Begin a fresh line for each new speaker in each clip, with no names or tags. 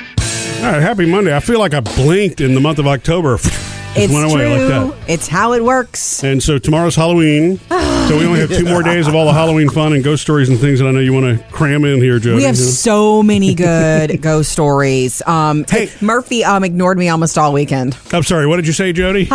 All right, happy Monday. I feel like I blinked in the month of October. Just
It's
went away like
true.
that.
It's how it works.
And so tomorrow's Halloween. so we only have two more days of all the Halloween fun and ghost stories and things that I know you want to cram in here, Jody.
We have so many good ghost stories. Um,
Hey.
Murphy um, ignored me almost all weekend.
I'm sorry, what did you say, Jody?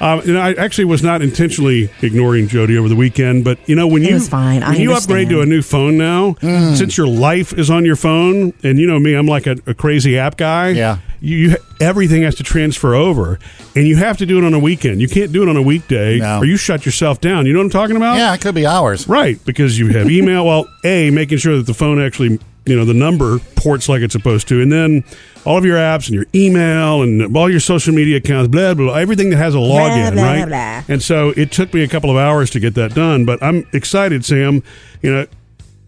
Um, you know, I actually was not intentionally ignoring Jody over the weekend, but you know when you
was fine. I
when you upgrade
understand.
to a new phone now,
Mm.
since your life is on your phone, and you know me, I'm like a, a crazy app guy.
Yeah.
you, you everything has to transfer over, and you have to do it on a weekend. You can't do it on a weekday,
No.
or you shut yourself down. You know what I'm talking about?
Yeah, it could be ours.
Right, because you have email. well, a making sure that the phone actually, you know, the number ports like it's supposed to, and then all of your apps and your email and all your social media accounts, blah blah, blah everything that has a login,
blah,
right?
blah.
And so it took me a couple of hours to get that done, but I'm excited, Sam. You know,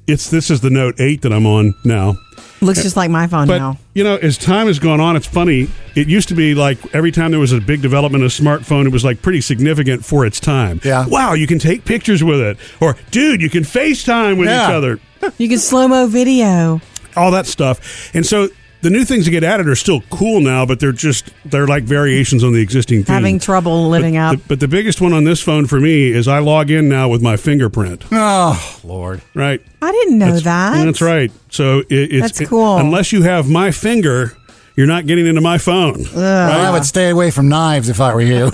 it's this is the Note Eight that I'm on now.
Looks just like my phone
But
now.
you know, as time has gone on, it's funny. It used to be like every time there was a big development of smartphone, it was like pretty significant for its time.
Yeah.
Wow, you can take pictures with it, or dude, you can FaceTime with each
Yeah.
other.
You can slow mo video.
All that stuff, and so. The new things that get added are still cool now, but they're just they're like variations on the existing theme.
Having trouble living
but,
up.
The, but the biggest one on this phone for me is I log in now with my fingerprint.
Oh, Lord.
Right.
I didn't know
That's-
Oh, that.
That's right. So it, it's
That's cool.
unless you have my finger, you're not getting into my phone.
Well, Uh, I would stay away from knives if I were you.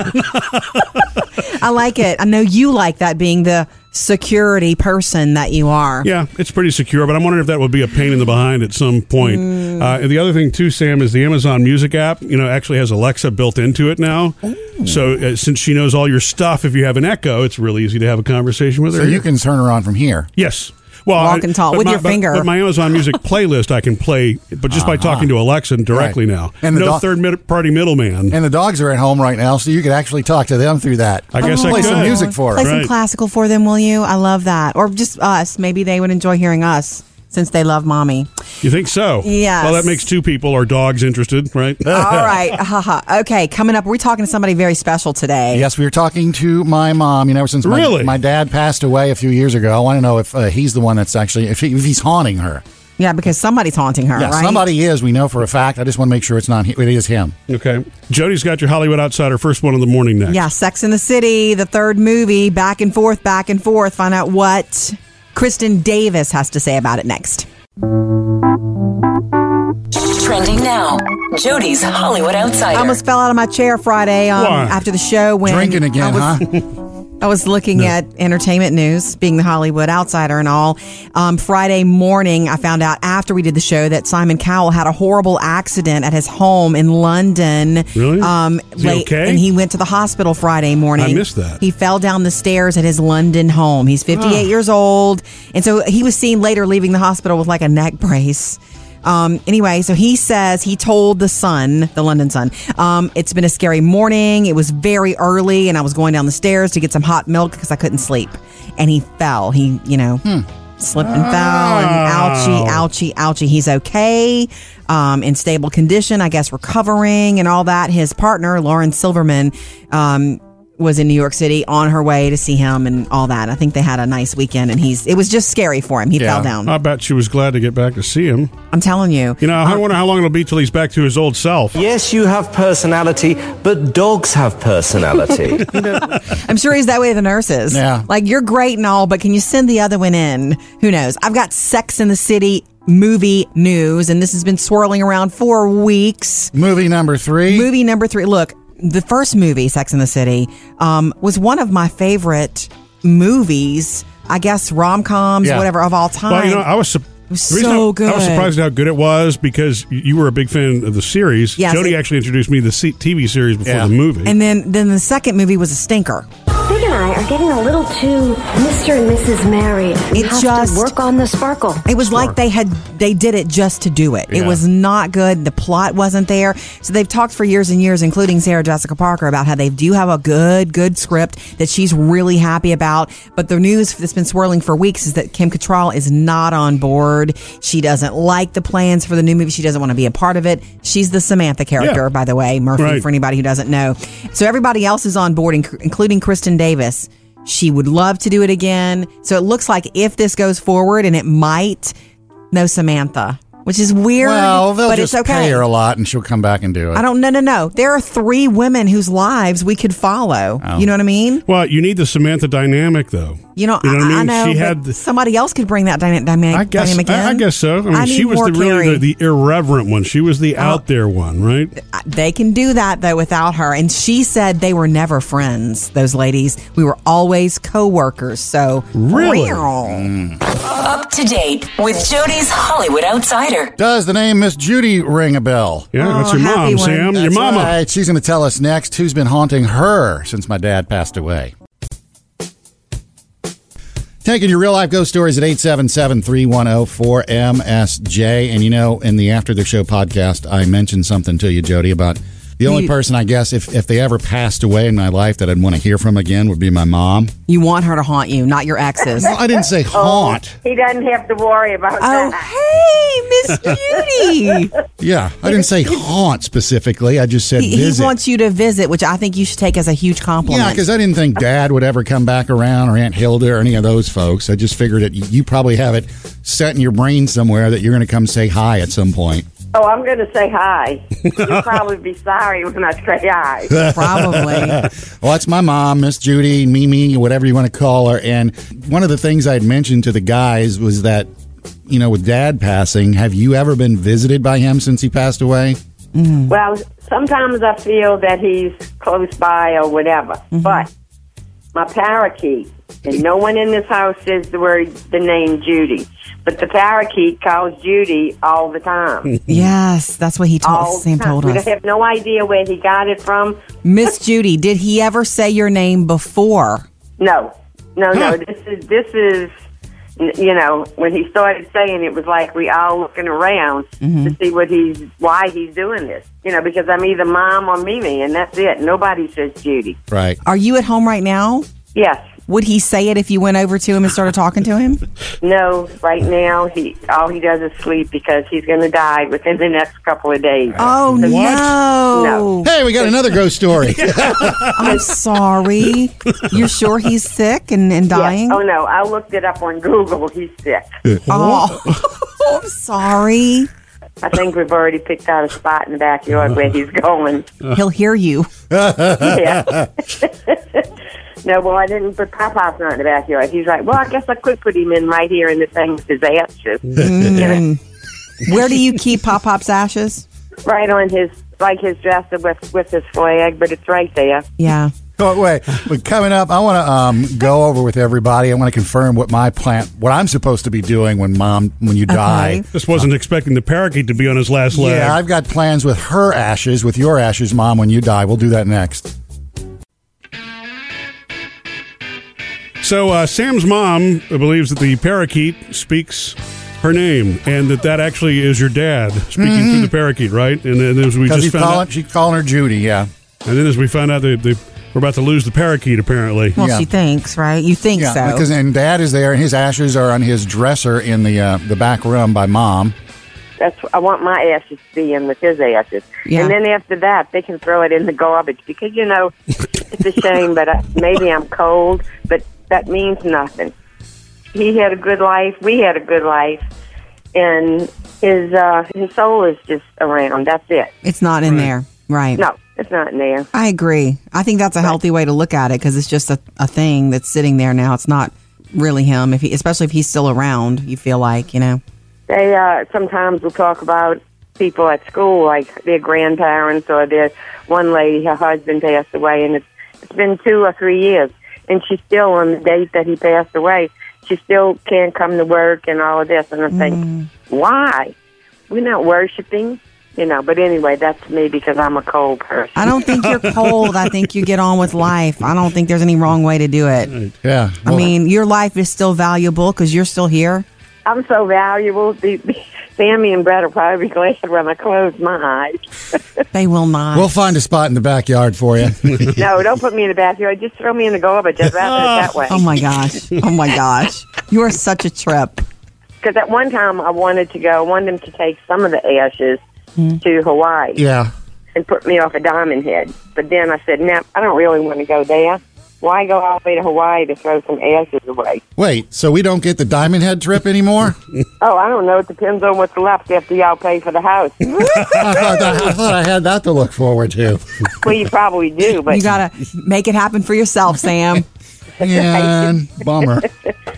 I like it. I know you like that being the security person that you are.
Yeah, it's pretty secure, but I'm wondering if that would be a pain in the behind at some point.
Hmm.
Uh, and the other thing too, Sam, is the Amazon Music app. You know, actually has Alexa built into it now.
Oh.
So uh, since she knows all your stuff, if you have an Echo, it's really easy to have a conversation with
so
her.
you can turn her on from here.
yes. Well,
Walk and talk
but
with
my-
your
but-
finger.
But, my Amazon Music playlist I can play, but just by talking to Alexa directly
Right.
now.
And the
no
doc-
third mid- party middleman.
And the dogs are at home right now, so you could actually talk to them through that.
I guess I
play some
could.
music for her.
Play some
Right.
classical for them, will you? I love that. Or just us. Maybe they would enjoy hearing us since they love mommy.
you think so?
Yes.
Well, that makes two people or dogs interested, right?
Ah.
All right. Haha. Okay. Coming up, we're talking to somebody very special today.
Yes, we were talking to my mom. You know, since my,
Really?
my dad passed away a few years ago, I want to know if uh, he's the one that's actually if, he, if he's haunting her.
Yeah, because somebody's haunting her,
Yeah,
right?
somebody is. We know for a fact. I just want to make sure it's not. hi- It is him.
Okay. Jody's got your Hollywood Outsider first one in the morning next.
Yeah, Sex in the City, the third movie, back and forth, back and forth. Find out what Kristen Davis has to say about it next.
Trending now. Jody's Hollywood Outsider.
I almost fell out of my chair Friday um,
Why?
after the show when
Drinking
I
again,
was,
huh?
I was looking at entertainment news, being the Hollywood outsider and all. Um, Friday morning, I found out after we did the show that Simon Cowell had a horrible accident at his home in London.
Really?
Um,
Is he okay?
And he went to the hospital Friday morning.
I missed that. Ah.
He fell down the stairs at his London home. He's 58 years old. And so he was seen later leaving the hospital with like a neck brace. Um, anyway, so he says he told the Sun, the London Sun, um, it's been a scary morning. It was very early, and I was going down the stairs to get some hot milk because I couldn't sleep. And he fell. He, you know,
Hmm.
slipped and fell. And ouchie,
Oh.
Wow.
ouchie, ouchie. He's okay, um, in stable condition, I guess, recovering and all that. His partner, Lauren Silverman, um, was in New York City on her way to see him and all that. I think they had a nice weekend, and he's. It was just scary for him. He
Yeah. Uh,
fell down.
I bet she was glad to get back to see him.
I'm telling you.
You know, I wonder how long it'll be till he's back to his old self.
Yes, you have personality, but dogs have personality.
I'm sure he's that way with the nurses.
Yeah.
Like, you're great and all, but can you send the other one in? Who knows? I've got Sex in the City movie news, and this has been swirling around for weeks.
Movie number three.
Movie number three. Look, the first movie, Sex in the City, um, was one of my favorite movies, I guess, rom coms,
Yeah.
whatever, of all time.
Well, you know, I was, su-
was
the reason
so
I, I was
good.
surprised at how good it was because y- you were a big fan of the series.
Yes,
Jody
it-
actually introduced me to the C- TV series before
Yeah.
the movie.
and then, then the second movie was a stinker.
Big and I are getting a little too Mr. and Mrs. Married. We
It
have
just-
to work on the sparkle.
It was like they had they did it just to do it. It
Yeah.
was not good. The plot wasn't there. So they've talked for years and years, including Sarah Jessica Parker, about how they do have a good, good script that she's really happy about. But the news that's been swirling for weeks is that Kim Cattrall is not on board. She doesn't like the plans for the new movie. She doesn't want to be a part of it. She's the Samantha character,
Yeah.
by the way, Murphy.
Right.
For anybody who doesn't know, so everybody else is on board, inc- including Kristen Davis. She would love to do it again. So it looks like if this goes forward, and it might, no Samantha. which is weird.
Well, they'll
but
just
it's okay.
pay her a lot, and she'll come back and do it.
I don't. No, no, no. There are three women whose lives we could follow.
Oh.
You know what I mean?
Well, you need the Samantha dynamic, though.
You know,
what
I,
I mean?
I know.
She
but
had. The,
somebody else could bring that dyna- dynamic.
I guess.
Dynamic in.
I, I guess so. I mean,
need
she was
more
the really
Carrie. Oh.
the, the irreverent one. She was the out there one, right?
I- they can do that though without her. And she said they were never friends. Those ladies. We were always co-workers. So
Really?
Real.
Up to date with Jody's Hollywood Outsider.
Does the name Miss Judy ring a bell?
Yeah, that's
Oh,
your
happy
mom,
one.
Sam. your
That's
mama.
right. She's going to tell us next who's been haunting her since my dad passed away. Taking your real life ghost stories at 877 3104 MSJ. And you know, in the After the Show podcast, I mentioned something to you, Jody, about the only person I guess if, if they ever passed away in my life that I'd want to hear from again would be my mom.
You want her to haunt you, not your exes.
Well, I didn't say haunt.
He doesn't have to worry about that.
Oh, hey, Miss Judy.
Yeah, I didn't say haunt specifically. I just said
He,
visit.
he wants you to visit, which I think you should take as a huge compliment.
Yeah, because I didn't think Dad would ever come back around, or Aunt Hilda, or any of those folks. I just figured that you probably have it set in your brain somewhere that you're going to come say hi at some point.
Oh, I'm going to say hi. You'll probably be sorry when I say hi.
uh,
probably.
Well, that's my mom, Miss Judy, Mimi, whatever you want to call her. And one of the things I had mentioned to the guys was that, you know, with Dad passing, have you ever been visited by him since he passed away?
Well, sometimes I feel that he's close by or whatever,
Mm-hmm.
but my parakeet, and no one in this house says the word, the name Judy, but the parakeet calls Judy all the time.
Yes, that's what he
all
told Sam
the time.
told
Oh, we
us.
have no idea where he got it from.
Miss Judy, did he ever say your name before?
No, no, no. This is this is n- you know when he started saying it was like we all looking around to see what he's why he's doing this. You know because I'm either mom or Mimi, and that's it. Nobody says Judy.
Right.
Are you at home right now?
Yes.
Would he say it if you went over to him and started talking to him?
No, right now he all he does is sleep because he's going to die within the next couple of days.
Oh no.
No.
Hey, we got another ghost story.
I'm sorry. You're sure he's sick and, and
Yes.
dying?
Oh no, I looked it up on Google. He's sick.
Oh, I'm sorry.
I think we've already picked out a spot in the backyard where he's going.
He'll hear you.
yeah. no, well, I didn't put Popeye's not in the backyard. He's like, well, I guess I could put him in right here in the thing with his ashes,
Where do you keep Pop Pop's ashes?
right on his like his dresser with with his flag, but it's right there.
Yeah.
Oh, wait, but coming up, I want to um, go over with everybody. I want to confirm what my plant, what I'm supposed to be doing when mom, when you die.
Just wasn't expecting the parakeet to be on his last leg.
Yeah, I've got plans with her ashes, with your ashes, mom. When you die, we'll do that next.
So uh, Sam's mom believes that the parakeet speaks her name, and that that actually is your dad speaking through the parakeet, right? And then as we
Mm-hmm. Because
just
he's
found
calling,
out,
she's calling her Judy. Yeah,
and then as we found out, they, they we're about to lose the parakeet. Apparently,
Well,
Yeah.
she thinks, right? You think
yeah.
so.
Because and dad is there, and his ashes are on his dresser in the uh, the back room by mom.
That's I want my ashes to be in with his ashes,
Yeah.
and then after that they can throw it in the garbage because you know it's a shame, but I, maybe I'm cold, but that means nothing. He had a good life. We had a good life, and his uh, his soul is just around. That's it.
it's not in there. Right.
No, it's not in there.
I agree. I think that's a healthy way to look at it because it's just a, a thing that's sitting there now. It's not really him, if he, especially if he's still around, you feel like, you know.
They uh, sometimes will talk about people at school, like their grandparents or their one lady, her husband passed away, and it's, it's been two or three years, and she's still on the date that he passed away. She still can't come to work and all of this, and I think, why? We're not worshiping, you know. But anyway, that's me because I'm a cold person.
I don't think you're cold. I think you get on with life. I don't think there's any wrong way to do it.
Yeah,
I mean, your life is still valuable because you're still here.
I'm so valuable. The, the, Sammy and Brad will probably be glad when I close my eyes.
They will not.
we'll find a spot in the backyard for you.
No, don't put me in the backyard. Just throw me in the garbage. I'd rather it that way.
oh my gosh. Oh my gosh. You are such a trip.
because at one time I wanted to go, I wanted them to take some of the ashes
Hmm.
to Hawaii
yeah.
and put me off a diamond head. But then I said, no, I don't really want to go there. Why go all the way to Hawaii to throw some ashes away?
Wait, so we don't get the Diamond Head trip anymore?
Oh, I don't know. It depends on what's left after y'all pay for the house.
I, thought that, I thought I had that to look forward to.
well, you probably do, but
You gotta make it happen for yourself, Sam.
And bummer.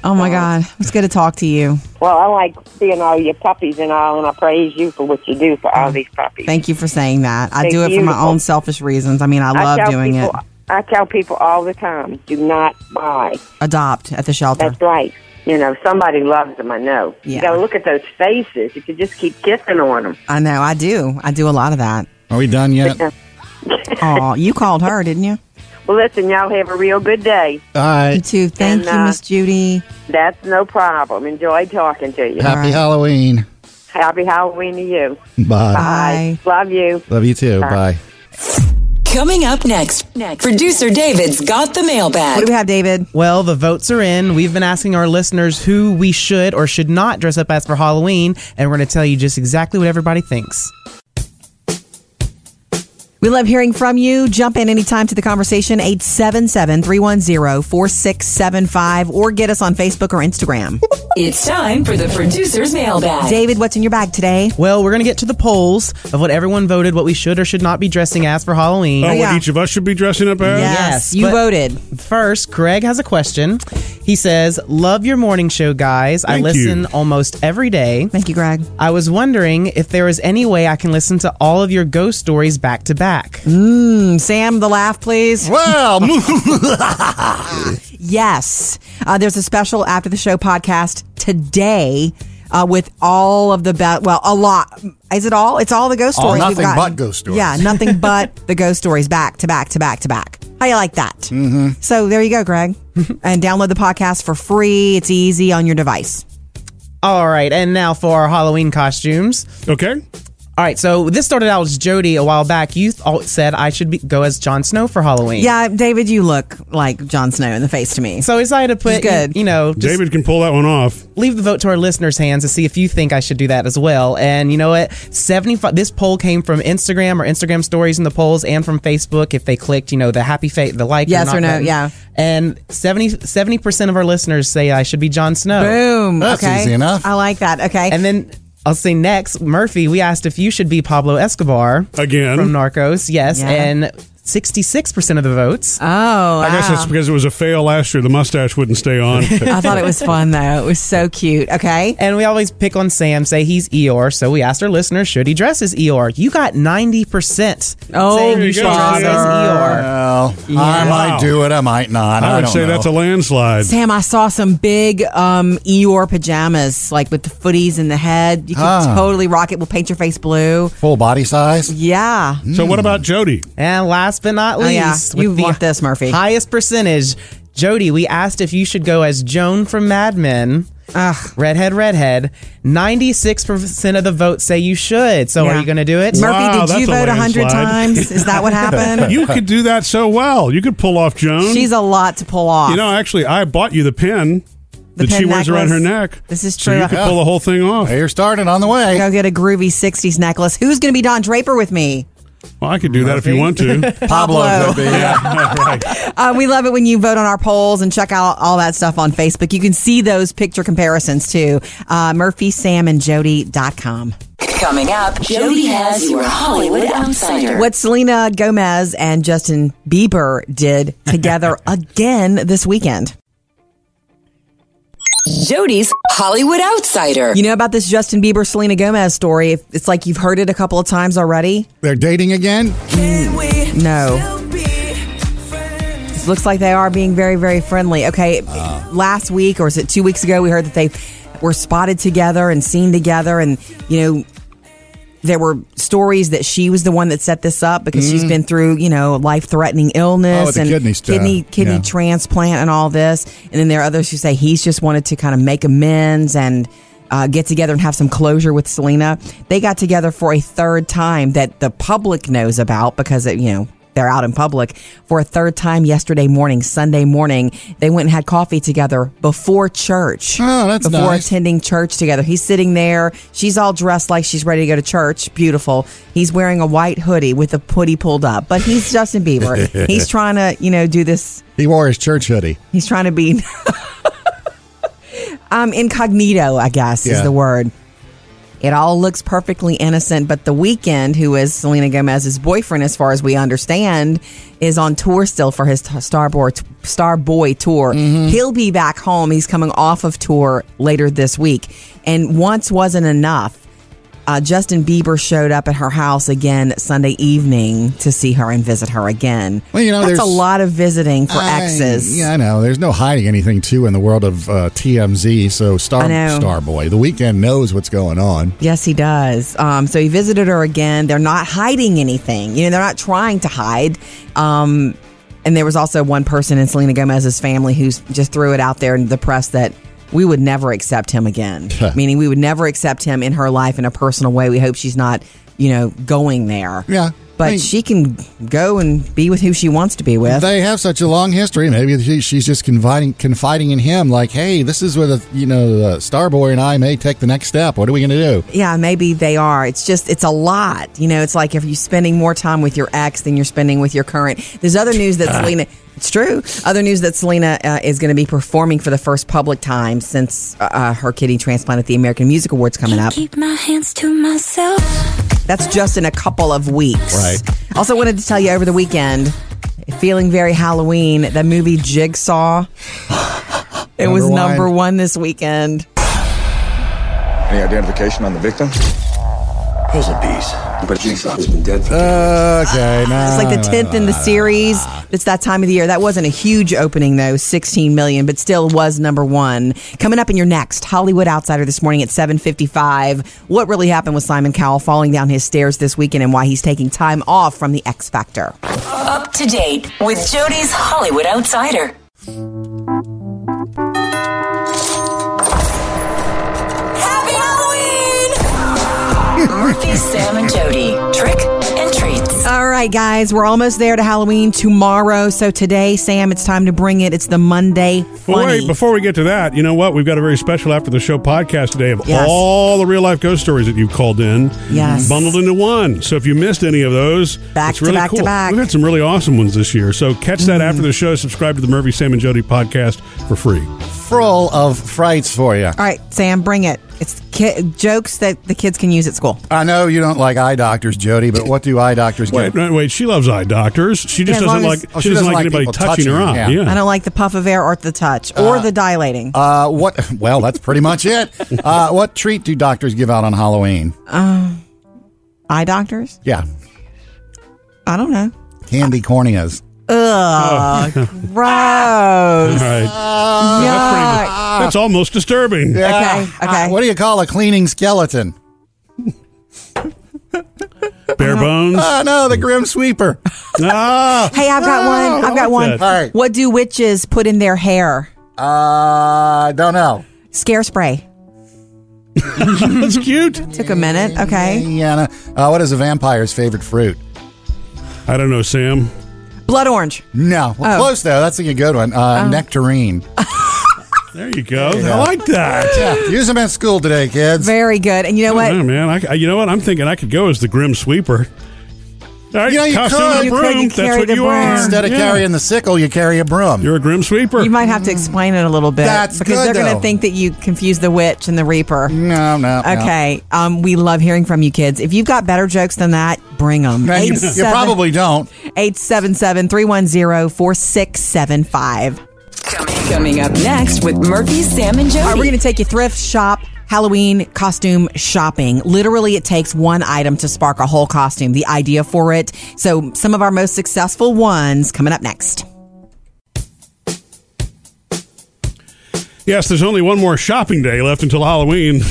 Oh my God, it's good to talk to you.
well, I like seeing all your puppies and all, and I praise you for what you do for all these puppies.
Mm. Thank you for saying that. I
They're
do it for my
beautiful.
own selfish reasons. I mean, I love
tell
doing
people,
it.
I tell people all the time, do not buy.
Adopt at the shelter.
That's right. You know, somebody loves them. I know.
Yeah.
You got to look at those faces. You could just keep kissing on them.
I know. I do. I do a lot of that.
Are we done yet? All
Oh, you called her, didn't you?
Well, listen, y'all have a real good day.
You
right.
too. Thank
And,
you,
uh,
Miss Judy.
That's no problem. Enjoy talking to you.
Happy
right.
Halloween.
Happy Halloween to you.
Bye.
Bye.
Love you.
Love you too. Bye.
Coming up next, next, producer David's got the
What do
mailbag.
we have, David?
Well, the votes are in. We've been asking our listeners who we should or should not dress up as for Halloween, and we're going to tell you just exactly what everybody thinks.
We love hearing from you. Jump in anytime to the conversation, 877 310 4675, or get us on Facebook or Instagram.
It's time for the producer's mailbag.
David, what's in your bag today?
Well, we're going to get to the polls of what everyone voted, what we should or should not be dressing as for Halloween.
Oh,
yeah.
what each of us should be dressing up as?
Yes,
you
but-
voted.
First, Greg has a question. He says, Love your morning show, guys. I
Thank
listen
you.
almost every day.
Thank you, Greg.
I was wondering if there is any way I can listen to all of your ghost stories back to back.
Mm.
And Sam, the laugh, please.
Well,
Yes. Uh, there's a special after the show podcast today uh, with all of the best, well, a lot. Is it all? It's all the ghost
All
stories.
nothing
gotten.
but ghost stories.
Yeah, nothing but the ghost stories back to back to back to back. How you like that? Mm-hmm. So there you go, Greg. and download the podcast for free. It's easy on your device.
All right, and now for our Halloween costumes.
Okay.
All right, so this started out as Jody a while back. You th- all said I should be- go as Jon Snow for Halloween.
Yeah, David, you look like Jon Snow in the face to me.
So I decided to put,
He's good.
You, know, just
David can pull that one off.
leave the vote to our listeners' hands to see if you think I should do that as well. And you know what? 75 this poll came from Instagram or Instagram stories in the polls and from Facebook if they clicked, you know, the happy face, the like
Yes
not
or no,
button.
yeah.
And 70 percent of our listeners say I should be Jon Snow.
Boom.
That's
okay.
easy enough.
I like that. Okay.
And then I'll say next, Murphy, we asked if you should be Pablo Escobar
Again.
from Narcos. Yes,
Yeah.
and 66% of the votes.
oh, wow.
I
Ah.
guess that's because it was a fail last year. The mustache wouldn't stay on.
I thought it was fun though. It was so cute. Okay.
And we always pick on Sam, say he's Eeyore. So we asked our listeners, should he dress as Eeyore? You got 90%
Oh,
saying
you
you should
go,
dress as
Sam.
Eeyore.
I
Wow.
might do it. I might not. I,
I would
don't
say
know.
that's a landslide.
Sam, I saw some big um, Eeyore pajamas, like with the footies and the head. You can
Ah.
totally rock it. We'll paint your face blue.
full body size.
Yeah.
So
Hmm.
what about Jody?
And last but not
Oh,
least,
yeah.
with
You
the
want this, Murphy.
highest percentage, Jody, we asked if you should go as Joan from Mad Men. Redhead, redhead. 96% of the votes say you should. So
Yeah.
are you going to do it?
Wow,
Murphy, did
that's
you
a
vote a hundred
landslide.
times? Is that what happened?
You could do that so well. You could pull off Joan.
She's a lot to pull off.
you know, actually, I bought you the pin
The
that she
pin
wears around her
necklace.
neck.
This is
So
true.
you could
Yeah.
pull the whole thing off.
You're starting on the way.
Go get a groovy '60s necklace. Who's going to be Don Draper with me?
Well, I could do that if you want to.
Pablo.
Pablo.
could be, yeah.
right.
Uh, we love it when you vote on our polls and check out all that stuff on Facebook. You can see those picture comparisons too. Uh, MurphySamandJody.com.
Coming up, Jody has your Hollywood Outsider.
What Selena Gomez and Justin Bieber did together again this weekend.
Jody's Hollywood Outsider.
You know about this Justin Bieber Selena Gomez story? It's like you've heard it a couple of times already.
They're dating again.
No. It looks like they are being very, very friendly. Okay, last week or is it two weeks ago, we heard that they were spotted together and seen together, and you know. There were stories that she was the one that set this up because she's been through, you know, life-threatening illness
Mm. Oh, the
and
kidney stuff.
kidney kidney
Yeah.
transplant and all this. And then there are others who say he's just wanted to kind of make amends and uh, get together and have some closure with Selena. They got together for a third time that the public knows about because it, you know they're out in public for a third time yesterday morning, Sunday morning. They went and had coffee together before church.
Oh, that's
before
nice.
attending church together. He's sitting there. She's all dressed like she's ready to go to church. Beautiful. He's wearing a white hoodie with a hoodie pulled up, but he's Justin Bieber. he's trying to, you know, do this.
He wore his church hoodie.
He's trying to be um, incognito, I guess is
Yeah.
the word. It all looks perfectly innocent, but the weekend, who is Selena Gomez's boyfriend, as far as we understand, is on tour still for his t- Starboard Starboy tour.
Mm-hmm.
He'll be back home. He's coming off of tour later this week. And once wasn't enough. Uh, Justin Bieber showed up at her house again Sunday evening to see her and visit her again.
Well, you know,
that's a
there's-
lot of visiting for
I-
exes.
yeah, I know. There's no hiding anything too in the world of uh, TMZ. So Star
I know.
Starboy, the weekend knows what's going on.
Yes, he does. Um, so he visited her again. They're not hiding anything. You know, they're not trying to hide. Um, and there was also one person in Selena Gomez's family who's just threw it out there in the press that we would never accept him again. Meaning we would never accept him in her life in a personal way. We hope she's not, you know, going there.
Yeah.
But
I mean-
she can go and be with who she wants to be with.
They have such a long history. Maybe she, she's just confiding confiding in him, like, "Hey, this is where the you know uh, Starboy and I may take the next step. What are we going to do?"
yeah, maybe they are. It's just it's a lot. You know, it's like if you're spending more time with your ex than you're spending with your current. There's other news
Ah.
that Selena. It's true. Other news that Selena uh, is going to be performing for the first public time since uh, her kidney transplant at the American Music Awards coming up.
Keep my hands to myself.
That's just in a couple of weeks.
Right.
Also, wanted to tell you over the weekend, feeling very Halloween. The movie Jigsaw. It was
Number one.
number one this weekend.
Any identification on the victim? Those are bees. But Jigsaw's been dead for
Okay, now
It's like the tenth in the series. It's that time of the year. That wasn't a huge opening though, sixteen million, but still was number one. Coming up in your next Hollywood Outsider this morning at seven fifty-five. What really happened with Simon Cowell falling down his stairs this weekend, and why he's taking time off from the X Factor.
Up to date with Jody's Hollywood Outsider. Happy Halloween! Murphy, Sam, and Jody. Trick and treats.
All right, guys, we're almost there to Halloween tomorrow. So today, Sam, it's time to bring it. It's the Monday
Well,
funny.
wait, before we get to that, you know what? We've got a very special after the show podcast today of
Yes.
all the real life ghost stories that you've called in,
Yes.
bundled into one. So if you missed any of those,
Back
it's
to
really
back to
cool.
back. Mm.
We've had some really awesome ones this year. So catch that after the show. Subscribe to the Murphy Sam and Jody podcast for free.
full of frights for you.
All right, Sam, bring it. It's ki- jokes that the kids can use at school.
I know you don't like eye doctors, Jody, but what do eye doctors
Wait,
get?
no, wait. She loves eye doctors. She just doesn't
Yeah, as long
like.
as-
she, doesn't, like anybody
people
touching, her eye.
touching,
Yeah.
yeah.
I don't like the puff of air or the touch or the dilating.
Uh, what? Well, that's pretty much it. Uh, what treat do doctors give out on Halloween?
Eye doctors?
Yeah,
I don't know.
candy corneas. Oh.
Gross.
All right.
Ah.
That's almost disturbing.
Okay, okay.
Uh, what do you call a cleaning skeleton?
Bare bones.
Oh no, the grim sweeper.
ah.
Hey, I've got one. I've got one.
that.
All right.
What do witches put in their hair?
Uh, I don't know.
Scare spray.
That's cute.
Took a minute. Okay.
Indiana. Uh, what is a vampire's favorite fruit?
I don't know, Sam.
Blood orange.
No, well,
Oh.
close though. That's a good one. Uh, Nectarine.
There you go. I like that.
yeah, use them at school today, kids.
Very good. And you know
Oh,
Mm-hmm.
what?
man, I, I- you know what? I'm thinking I could go as the Grim Sweeper. All right,
You know, you
costume
could.
and a
You
broom.
could. You
That's
carry
what
the
you
broom.
are.
Instead of
Yeah.
carrying the sickle, you carry a broom.
you're a Grim Sweeper.
You might have to explain it a little bit
That's
because
good,
they're going
though.
to think that you confuse the witch and the reaper.
no, no. no.
Okay. Um, we love hearing from you kids. If you've got better jokes than that, bring them.
No, you, you probably don't.
877 310 4675.
Coming up next with Murphy, Sam, and Jody.
All right, we're going to take you thrift shop. Halloween costume shopping. Literally, it takes one item to spark a whole costume, the idea for it. So, some of our most successful ones coming up next.
Yes, there's only one more shopping day left until Halloween.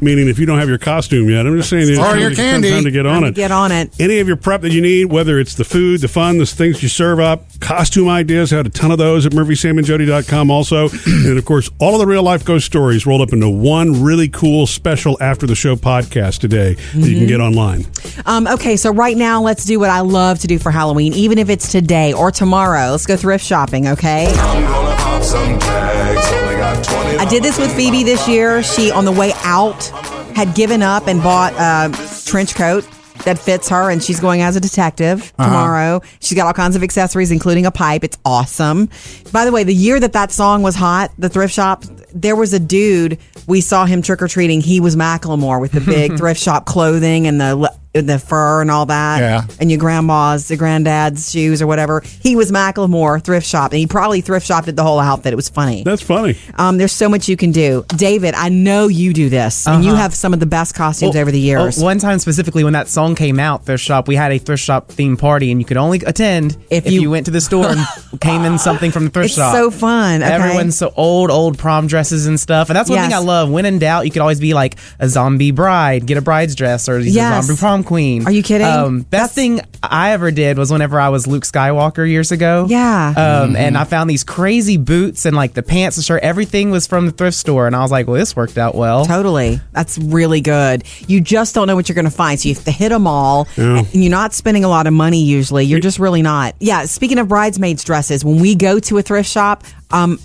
meaning if you don't have your costume yet. I'm just saying, it's
Or
time
your
to-
candy.
time to get
Time
on
to
it.
get on it.
Any of your prep that you need, whether it's the food, the fun, the things you serve up, costume ideas, I had a ton of those at murphysamandjody.com also. and of course, all of the real life ghost stories rolled up into one really cool special after the show podcast today that you can get online.
Um, okay, so right now, let's do what I love to do for Halloween, even if it's today or tomorrow. Let's go thrift shopping, okay? I did this with Phoebe this year. She, on the way out, had given up and bought a trench coat that fits her, and she's going as a detective tomorrow. She's got all kinds of accessories, including a pipe. It's awesome. By the way, the year that that song was hot, the thrift shop, there was a dude we saw him trick or treating. He was Macklemore with the big thrift shop clothing and the le- and the fur and all that.
Yeah.
And your grandma's, the granddad's shoes or whatever. He was Macklemore thrift shop, and he probably thrift shopped at the whole outfit. It was funny.
That's funny.
Um, there's so much you can do. David, I know you do this, and you have some of the best costumes
Uh-huh. Well, oh,
over the years.
well, one time specifically when that song came out, thrift shop, we had a thrift shop themed party, and you could only attend
If
if,
you-
you, went to the store and came in something from the thrift
It's
shop.
so fun, okay.
Everyone's so old, old prom dresses and stuff, and that's one thing
Yes.
I love. When in doubt, you could always be like a zombie bride, get a bride's dress, or he's
Yes.
a zombie prom queen. Um,
Are you kidding?
best
That's-
thing I ever did was whenever I was Luke Skywalker years ago.
Yeah. Mm-hmm.
Um, and I found these crazy boots and like the pants and shirt. Everything was from the thrift store, and I was like, "Well, this worked out well."
Totally. That's really good. You just don't know what you're going to find. So you have to hit them all. And you're not spending a lot of money usually. You're just really not. Yeah. Speaking of bridesmaids' dresses, when we go to a thrift shop, um,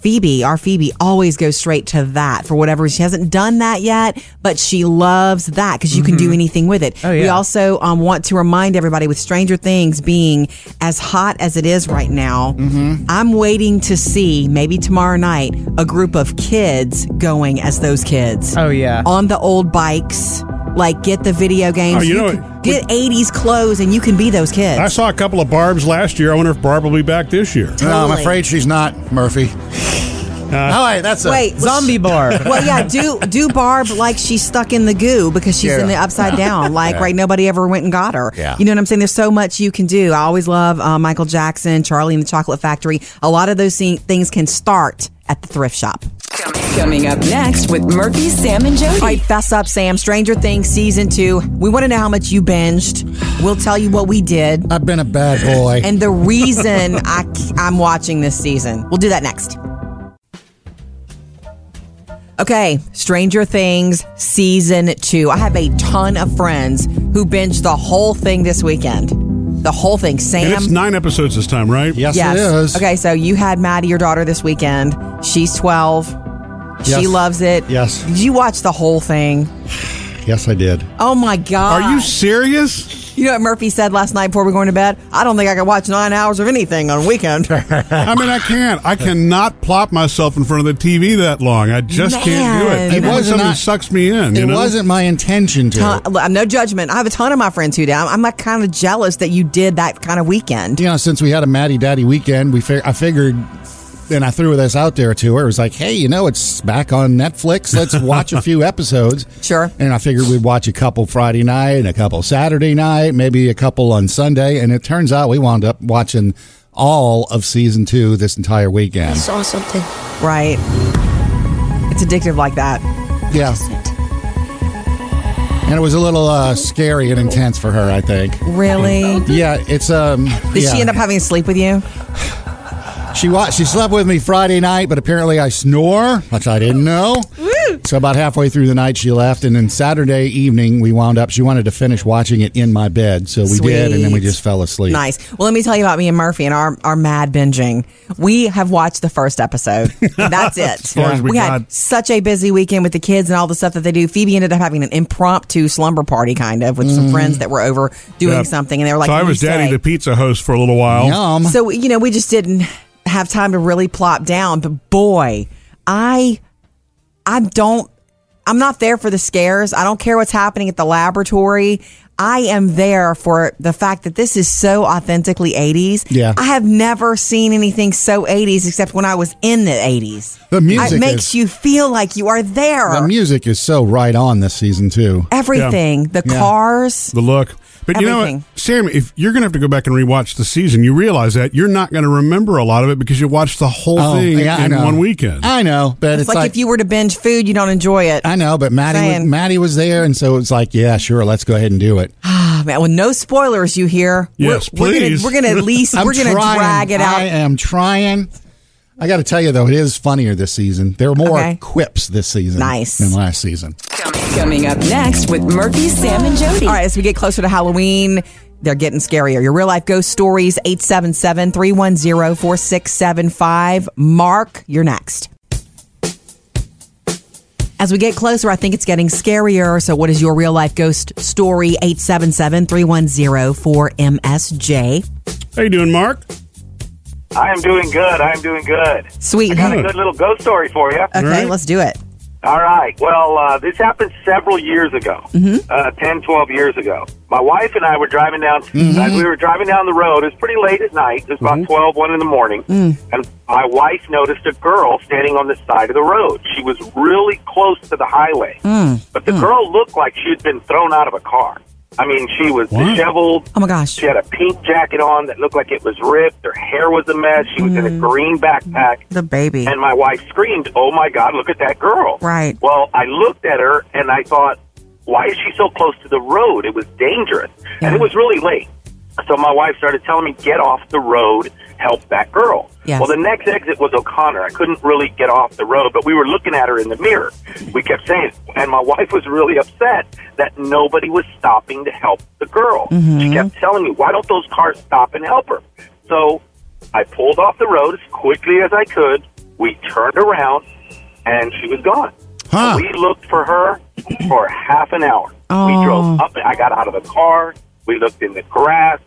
Phoebe, our Phoebe, always goes straight to that for whatever. She hasn't done that yet, but she loves that because you can do anything with it.
Oh,
We
yeah.
also um, want to remind everybody with Stranger Things being as hot as it is right now,
Mm-hmm.
I'm waiting to see maybe tomorrow night a group of kids going as those kids
Oh yeah.
on the old bikes. Like get the video games,
Oh, you know
can-
what?
get '80s clothes, and you can be those kids.
I saw a couple of Barbs last year. I wonder if Barb will be back this year.
No, I'm
Totally.
afraid she's not, Murphy. All right, that's a,
Wait,
Zombie bar.
well, yeah, do do Barb like she's stuck in the goo because she's
Yeah.
in the upside down. Like right, nobody ever went and got her.
Yeah.
you know what I'm saying. There's so much you can do. I always love uh, Michael Jackson, Charlie and the Chocolate Factory. A lot of those se- things can start at the thrift shop.
Coming up next with Murphy, Sam, and Jody.
All right, fess up, Sam. Stranger Things season two. We want to know how much you binged. We'll tell you what we did
I've been a bad boy.
and the reason I, am watching this season. We'll do that next. Okay, Stranger Things season two. I have a ton of friends who binged the whole thing this weekend. The whole thing.
And
Sam.
it's nine episodes this time, right?
yes, it is.
Okay, so you had Maddie, your daughter, this weekend. She's 12.
Yes.
She loves it.
Yes.
Did you watch the whole thing?
Yes, I did.
Oh my God.
Are you serious?
You know what Murphy said last night before we were going to bed? I don't think I could watch nine hours of anything on a weekend.
I mean, I can't. I cannot plop myself in front of the TV that long. I just can't do it.
Man.
It
It
was
wasn't
something
not-
sucks me in. you
It
know?
wasn't my intention to.
ton, I'm no judgment. I have a ton of my friends who did. I'm, I'm like kind of jealous that you did that kind of weekend.
you know, since we had a Maddie Daddy weekend, we fig- I figured, and I threw this out there to her. It was like, hey, you know, it's back on Netflix. Let's watch a few episodes.
Sure.
And I figured we'd watch a couple Friday night and a couple Saturday night, maybe a couple on Sunday. And it turns out we wound up watching all of season two this entire weekend.
Saw something.
Right. It's addictive like that.
Yeah. And it was a little uh, scary and intense for her, I think.
Really?
Yeah, it's um.
Mm-hmm. Did
yeah.
she end up having to sleep with you?
She wa- she slept with me Friday night, but apparently I snore, which I didn't know. so about halfway through the night, she left, and then Saturday evening we wound up. She wanted to finish watching it in my bed, so we did, and then we
Sweet.
just fell asleep.
Nice. Well, let me tell you about me and Murphy and our, our mad binging. We have watched the first episode. That's it.
far as we got.
had such a busy weekend with the kids and all the stuff that they do. Phoebe ended up having an impromptu slumber party, kind of, with some friends that were over doing
Yeah.
something, and they were like,
Mm-hmm. so I
"Can
was
you
Daddy
stay?"
the pizza host for a little while.
Yum.
So, you know, we just didn't have time to really plop down, but boy, I I don't I'm not there for the scares. I don't care what's happening at the laboratory. I am there for the fact that this is so authentically 80s.
Yeah.
I have never seen anything so 80s except when I was in the 80s.
The music
It makes
is-
you feel like you are there.
The music is so right on this season too.
Everything, the
Yeah.
cars.
The look. But you know
Everything.
what, Sam, if you're going to have to go back and rewatch the season, you realize that you're not going to remember a lot of it because you watched the whole
Oh,
thing
yeah, I
in
know.
one weekend.
I know, but it's,
It's like, if you were to binge food, you don't enjoy it.
I know, but Maddie, was,
Saying.
Maddie was there, and so it's like, yeah, sure, let's go ahead and do it.
Oh, man, with no spoilers, you hear.
Yes,
we're, we're
please.
Gonna, we're gonna at least
I'm
we're gonna
trying.
drag it
I
out.
am trying. I got to tell you though, it is funnier this season. There are more
Okay.
quips this season,
Nice.
than last season.
Coming up next with Murphy, Sam, and Jody.
All right, as we get closer to Halloween, they're getting scarier. Your real life ghost stories 877-310-4675. Mark, you're next. As we get closer, I think it's getting scarier. So, what is your real life ghost story? 877 310 4MSJ.
How you doing, Mark?
I am doing good. I am doing good.
Sweet.
I got a
Hey.
good little ghost story for you.
Okay,
right.
let's do it.
All right. Well, uh, this happened several years ago, uh, 10, 12 years ago. My wife and I were driving down. uh, we were driving down the road. It was pretty late at night. It was about twelve, one 12, 1 in the morning. And my wife noticed a girl standing on the side of the road. She was really close to the highway. But the girl looked like she had been thrown out of a car. I mean, she was
What?
disheveled.
Oh my gosh.
She had a pink jacket on that looked like it was ripped. Her hair was a mess. She was in
Mm.
a green backpack.
The baby.
And my wife screamed, Oh my God, look at that girl.
Right.
Well, I looked at her and I thought, Why is she so close to the road? It was dangerous. And it was really late. So my wife started telling me, Get off the road, help that girl.
Yes.
Well, the next exit was O'Connor. I couldn't really get off the road, but we were looking at her in the mirror. We kept saying, and my wife was really upset that nobody was stopping to help the girl. She kept telling me, why don't those cars stop and help her? So I pulled off the road as quickly as I could. We turned around, and she was gone.
Huh.
We looked for her for half an hour. We drove up. I got out of the car. We looked in the grass.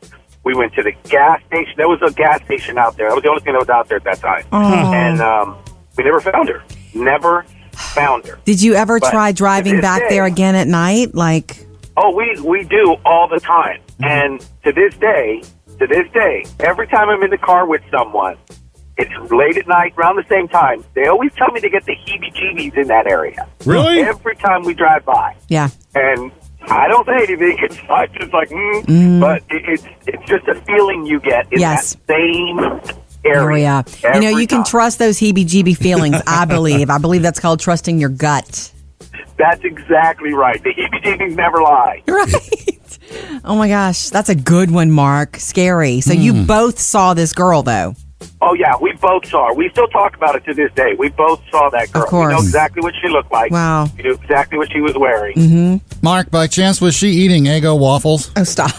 We went to the gas station. There was a gas station out there. That was the only thing that was out there at that time. And um, we never found her. Never found her.
Did you ever
But
try
to
driving
this
back
day-
there again at night? Like,
Oh, we we do all the time,
Mm-hmm.
and to this day, to this day, every time I'm in the car with someone, it's late at night, around the same time. They always tell me to get the heebie-jeebies in that area.
Really?
Every time we drive by,
yeah.
and I don't say anything. It's not just like, mm, but it, it's it's just a feeling you get in
Yes.
that same
area.
area.
Oh, You know,
every
you can
time.
trust those heebie-jeebie feelings. I believe. I believe that's called trusting your gut.
That's exactly right. The heebie-jeebies never lie.
Right. Oh my gosh, that's a good one, Mark. Scary. So
Hmm.
you both saw this girl, though.
Oh yeah, we both saw her. We still talk about it to this day. We both saw that girl. We
course.
know exactly what she looked like.
Wow. Mm-hmm.
We knew exactly what she was wearing.
Mark, by chance, was she eating Eggo waffles?
Oh, stop.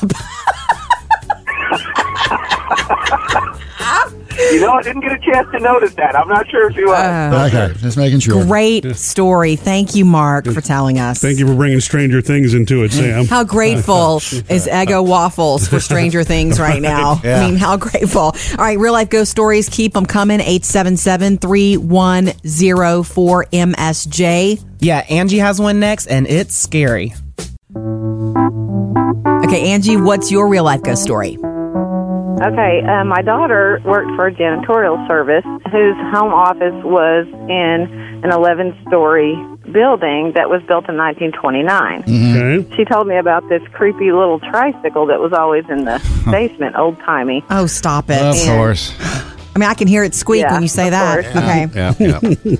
You know, I didn't get a chance to notice that. I'm not sure if you. Uh,
okay, just making sure.
Great story. Thank you, Mark, for telling us.
Thank you for bringing Stranger Things into it, Sam.
How grateful is Eggo Waffles for Stranger Things uh, right now? I mean, how grateful. All right, real life ghost stories, keep them coming. 877 310 4MSJ.
Yeah, Angie has one next, and it's scary.
Okay, Angie, what's your real life ghost story?
Okay, uh, my daughter worked for a janitorial service whose home office was in an 11 story building that was built in 1929.
Mm-hmm.
Okay.
She told me about this creepy little tricycle that was always in the basement, old timey.
Oh, stop it.
Of course.
I mean, I can hear it squeak
Yeah,
when you say
of
that.
course. Uh,
Okay.
Yeah, yeah.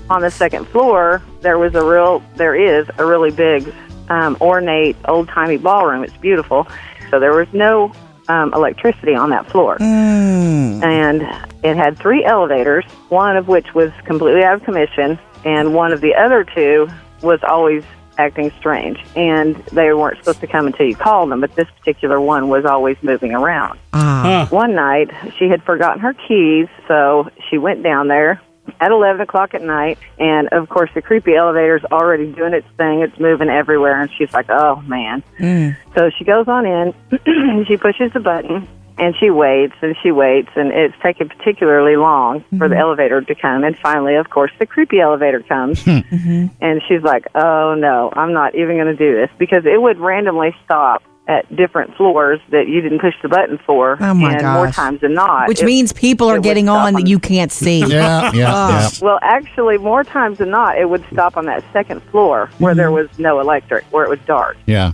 On the second floor, there was a real, there is a really big, um, ornate, old timey ballroom. It's beautiful. So there was no um, electricity on that floor. And it had three elevators, one of which was completely out of commission, and one of the other two was always acting strange. And they weren't supposed to come until you called them, but this particular one was always moving around. One night, she had forgotten her keys, so she went down there at 11 o'clock at night. And of course, the creepy elevator's already doing its thing. It's moving everywhere. And she's like, oh, man. So she goes on in, she pushes the button, and she waits and she waits. And it's taking particularly long for
Mm-hmm.
the elevator to come. And finally, of course, the creepy elevator
Hmm.
comes.
Mm-hmm.
And she's like, oh, no, I'm not even going to do this because it would randomly stop at different floors that you didn't push the button for.
Oh, my
and more
gosh.
times than not.
Which
it-
means people
it
are
would
getting
stop
on that you can't see.
Yeah, yeah,
Ugh.
Well, actually, more times than not, it would stop on that second floor
Mm-hmm.
where there was no electric, where it was dark.
Yeah.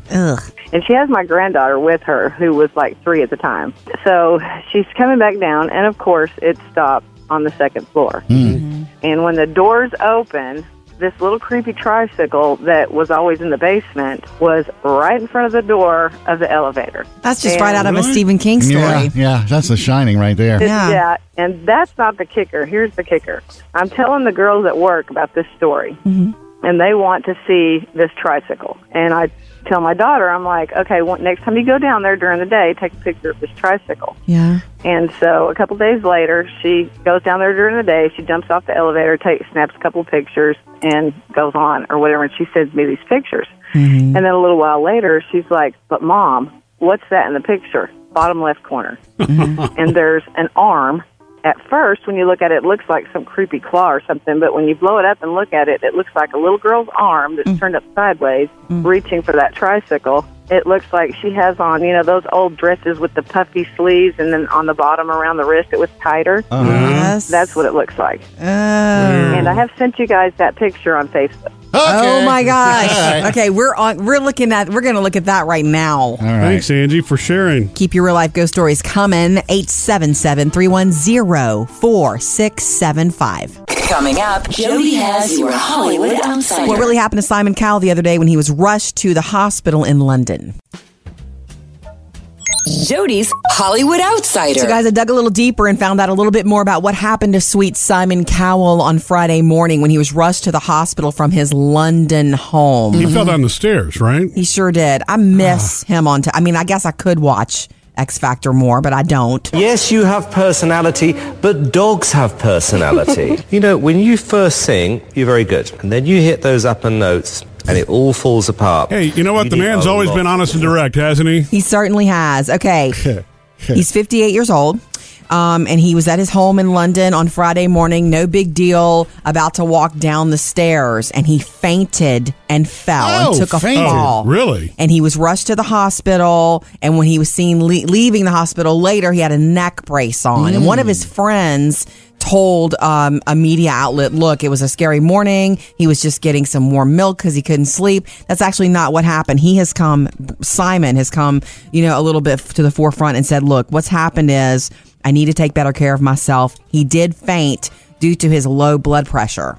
And she has my granddaughter with her, who was like three at the time. So she's coming back down, and of course, it stopped on the second floor. And when the doors open, this little creepy tricycle that was always in the basement was right in front of the door of the elevator.
That's just
And-
right out of a Stephen King story.
Yeah, yeah, that's The Shining right there.
yeah. and that's not the kicker. Here's the kicker. I'm telling the girls at work about this story, and they want to see this tricycle. And I tell my daughter, I'm like, okay, well, next time you go down there during the day, take a picture of this tricycle.
Yeah.
And so a couple days later, she goes down there during the day. She jumps off the elevator, takes snaps a couple pictures, and goes on or whatever. And she sends me these pictures. And then a little while later, she's like, "But mom, what's that in the picture? Bottom left corner." and there's an arm. At first, when you look at it, it looks like some creepy claw or something. But when you blow it up and look at it, it looks like a little girl's arm that's turned up sideways, reaching for that tricycle. It looks like she has on, you know, those old dresses with the puffy sleeves, and then on the bottom around the wrist, it was tighter.
Uh-huh. Yes.
That's what it looks like.
Uh. Oh.
And I have sent you guys that picture on Facebook.
Oh my gosh.
All right.
Okay, we're on we're looking at we're gonna look at that right now.
Thanks, Angie, for sharing.
Keep your real life ghost stories coming. 877 310 4675.
Coming up, Jody has your Hollywood outsider.
What really happened to Simon Cowell the other day when he was rushed to the hospital in London?
Jody's Hollywood outsider.
So, guys, I dug a little deeper and found out a little bit more about what happened to sweet Simon Cowell on Friday morning when he was rushed to the hospital from his London home.
He fell down the stairs, right?
Mm-hmm. He sure did. I miss him on. T- I mean, I guess I could watch X Factor more, but I don't.
Yes, you have personality, but dogs have personality. you know, when you first sing, you're very good. And then you hit those upper notes, and it all falls apart.
Hey, you know what? The
need
man's
a
always
lot.
been honest and direct, hasn't he?
He certainly has. Okay. He's 58 years old. Um, and he was at his home in London on Friday morning, no big deal, about to walk down the stairs, and he fainted and fell
Oh,
and took a
fainted.
fall.
Really?
And he was rushed to the hospital. And when he was seen le- leaving the hospital later, he had a neck brace on. And one of his friends told um, a media outlet, look, it was a scary morning. He was just getting some warm milk because he couldn't sleep. That's actually not what happened. He has come, Simon has come, you know, a little bit to the forefront and said, look, what's happened is I need to take better care of myself. He did faint due to his low blood pressure.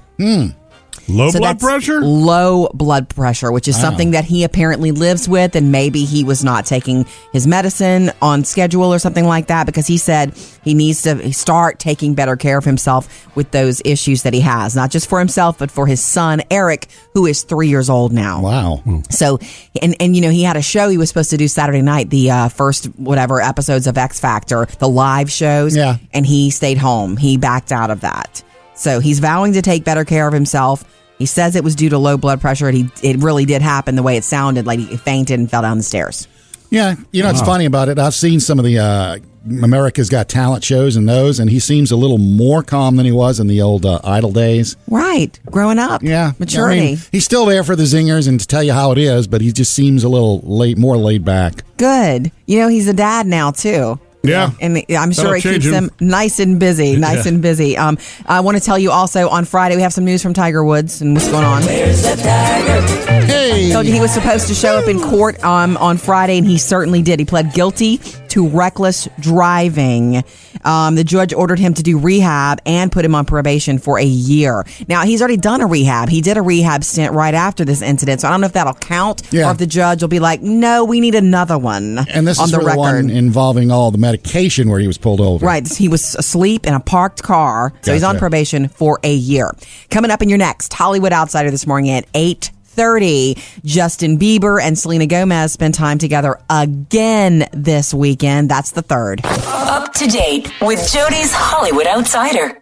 Low
So
blood
that's
pressure?
Low blood pressure, which is something that he apparently lives with, and maybe he was not taking his medicine on schedule or something like that because he said he needs to start taking better care of himself with those issues that he has, not just for himself, but for his son, Eric, who is three years old now.
Wow.
So, and and you know, he had a show he was supposed to do Saturday night, the uh, first whatever episodes of X Factor, the live shows.
Yeah.
and he stayed home. He backed out of that. So he's vowing to take better care of himself. He says it was due to low blood pressure, and he it really did happen the way it sounded, like he fainted and fell down the stairs.
Yeah, you know it's funny about it. I've seen some of the uh, America's Got Talent shows and those, and he seems a little more calm than he was in the old uh, Idol days.
Right, growing up,
Yeah,
maturity.
I mean, he's still there for the zingers and to tell you how it is, but he just seems a little late, more laid back.
Good. You know, he's a dad now too.
Yeah.
And I'm sure
That'll
it
change
keeps
him.
him nice and busy, nice
Yeah.
and busy. Um, I want to tell you also on Friday we have some news from Tiger Woods and what's going on.
Hey,
Told you he was supposed to show up in court um, on Friday, and he certainly did. He pled guilty to reckless driving. Um, the judge ordered him to do rehab and put him on probation for a year. Now, he's already done a rehab. He did a rehab stint right after this incident, so I don't know if that'll count
Yeah.
or if the judge will be like, no, we need another one
and this
on
is
the
for
record.
the one involving all the medication where he was pulled over.
Right. He was asleep in a parked car. So he's on
Gotcha.
probation for a year. Coming up in your next Hollywood Outsider this morning at 8:30, Justin Bieber and Selena Gomez spend time together again this weekend. That's the third.
Up to date with Jody's Hollywood outsider.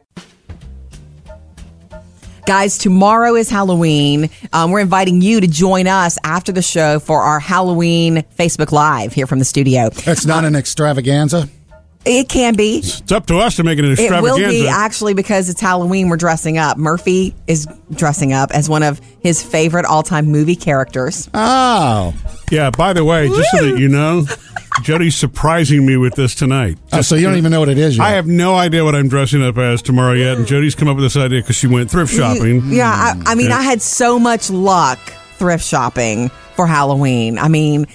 Guys, tomorrow is Halloween. Um, we're inviting you to join us after the show for our Halloween Facebook Live here from the studio.
That's not an extravaganza.
It can be.
It's up to us to make it an
It will
extravaganza.
be actually because it's Halloween. We're dressing up. Murphy is dressing up as one of his favorite all-time movie characters.
Oh,
Yeah, by the way, just so that you know, Jody's surprising me with this tonight.
Oh, so you don't even know what it is yet.
I have no idea what I'm dressing up as tomorrow yet, and Jody's come up with this idea because she went thrift shopping.
Yeah, I, I mean,
Mm-hmm. Yeah.
I had so much luck thrift shopping for Halloween. I mean,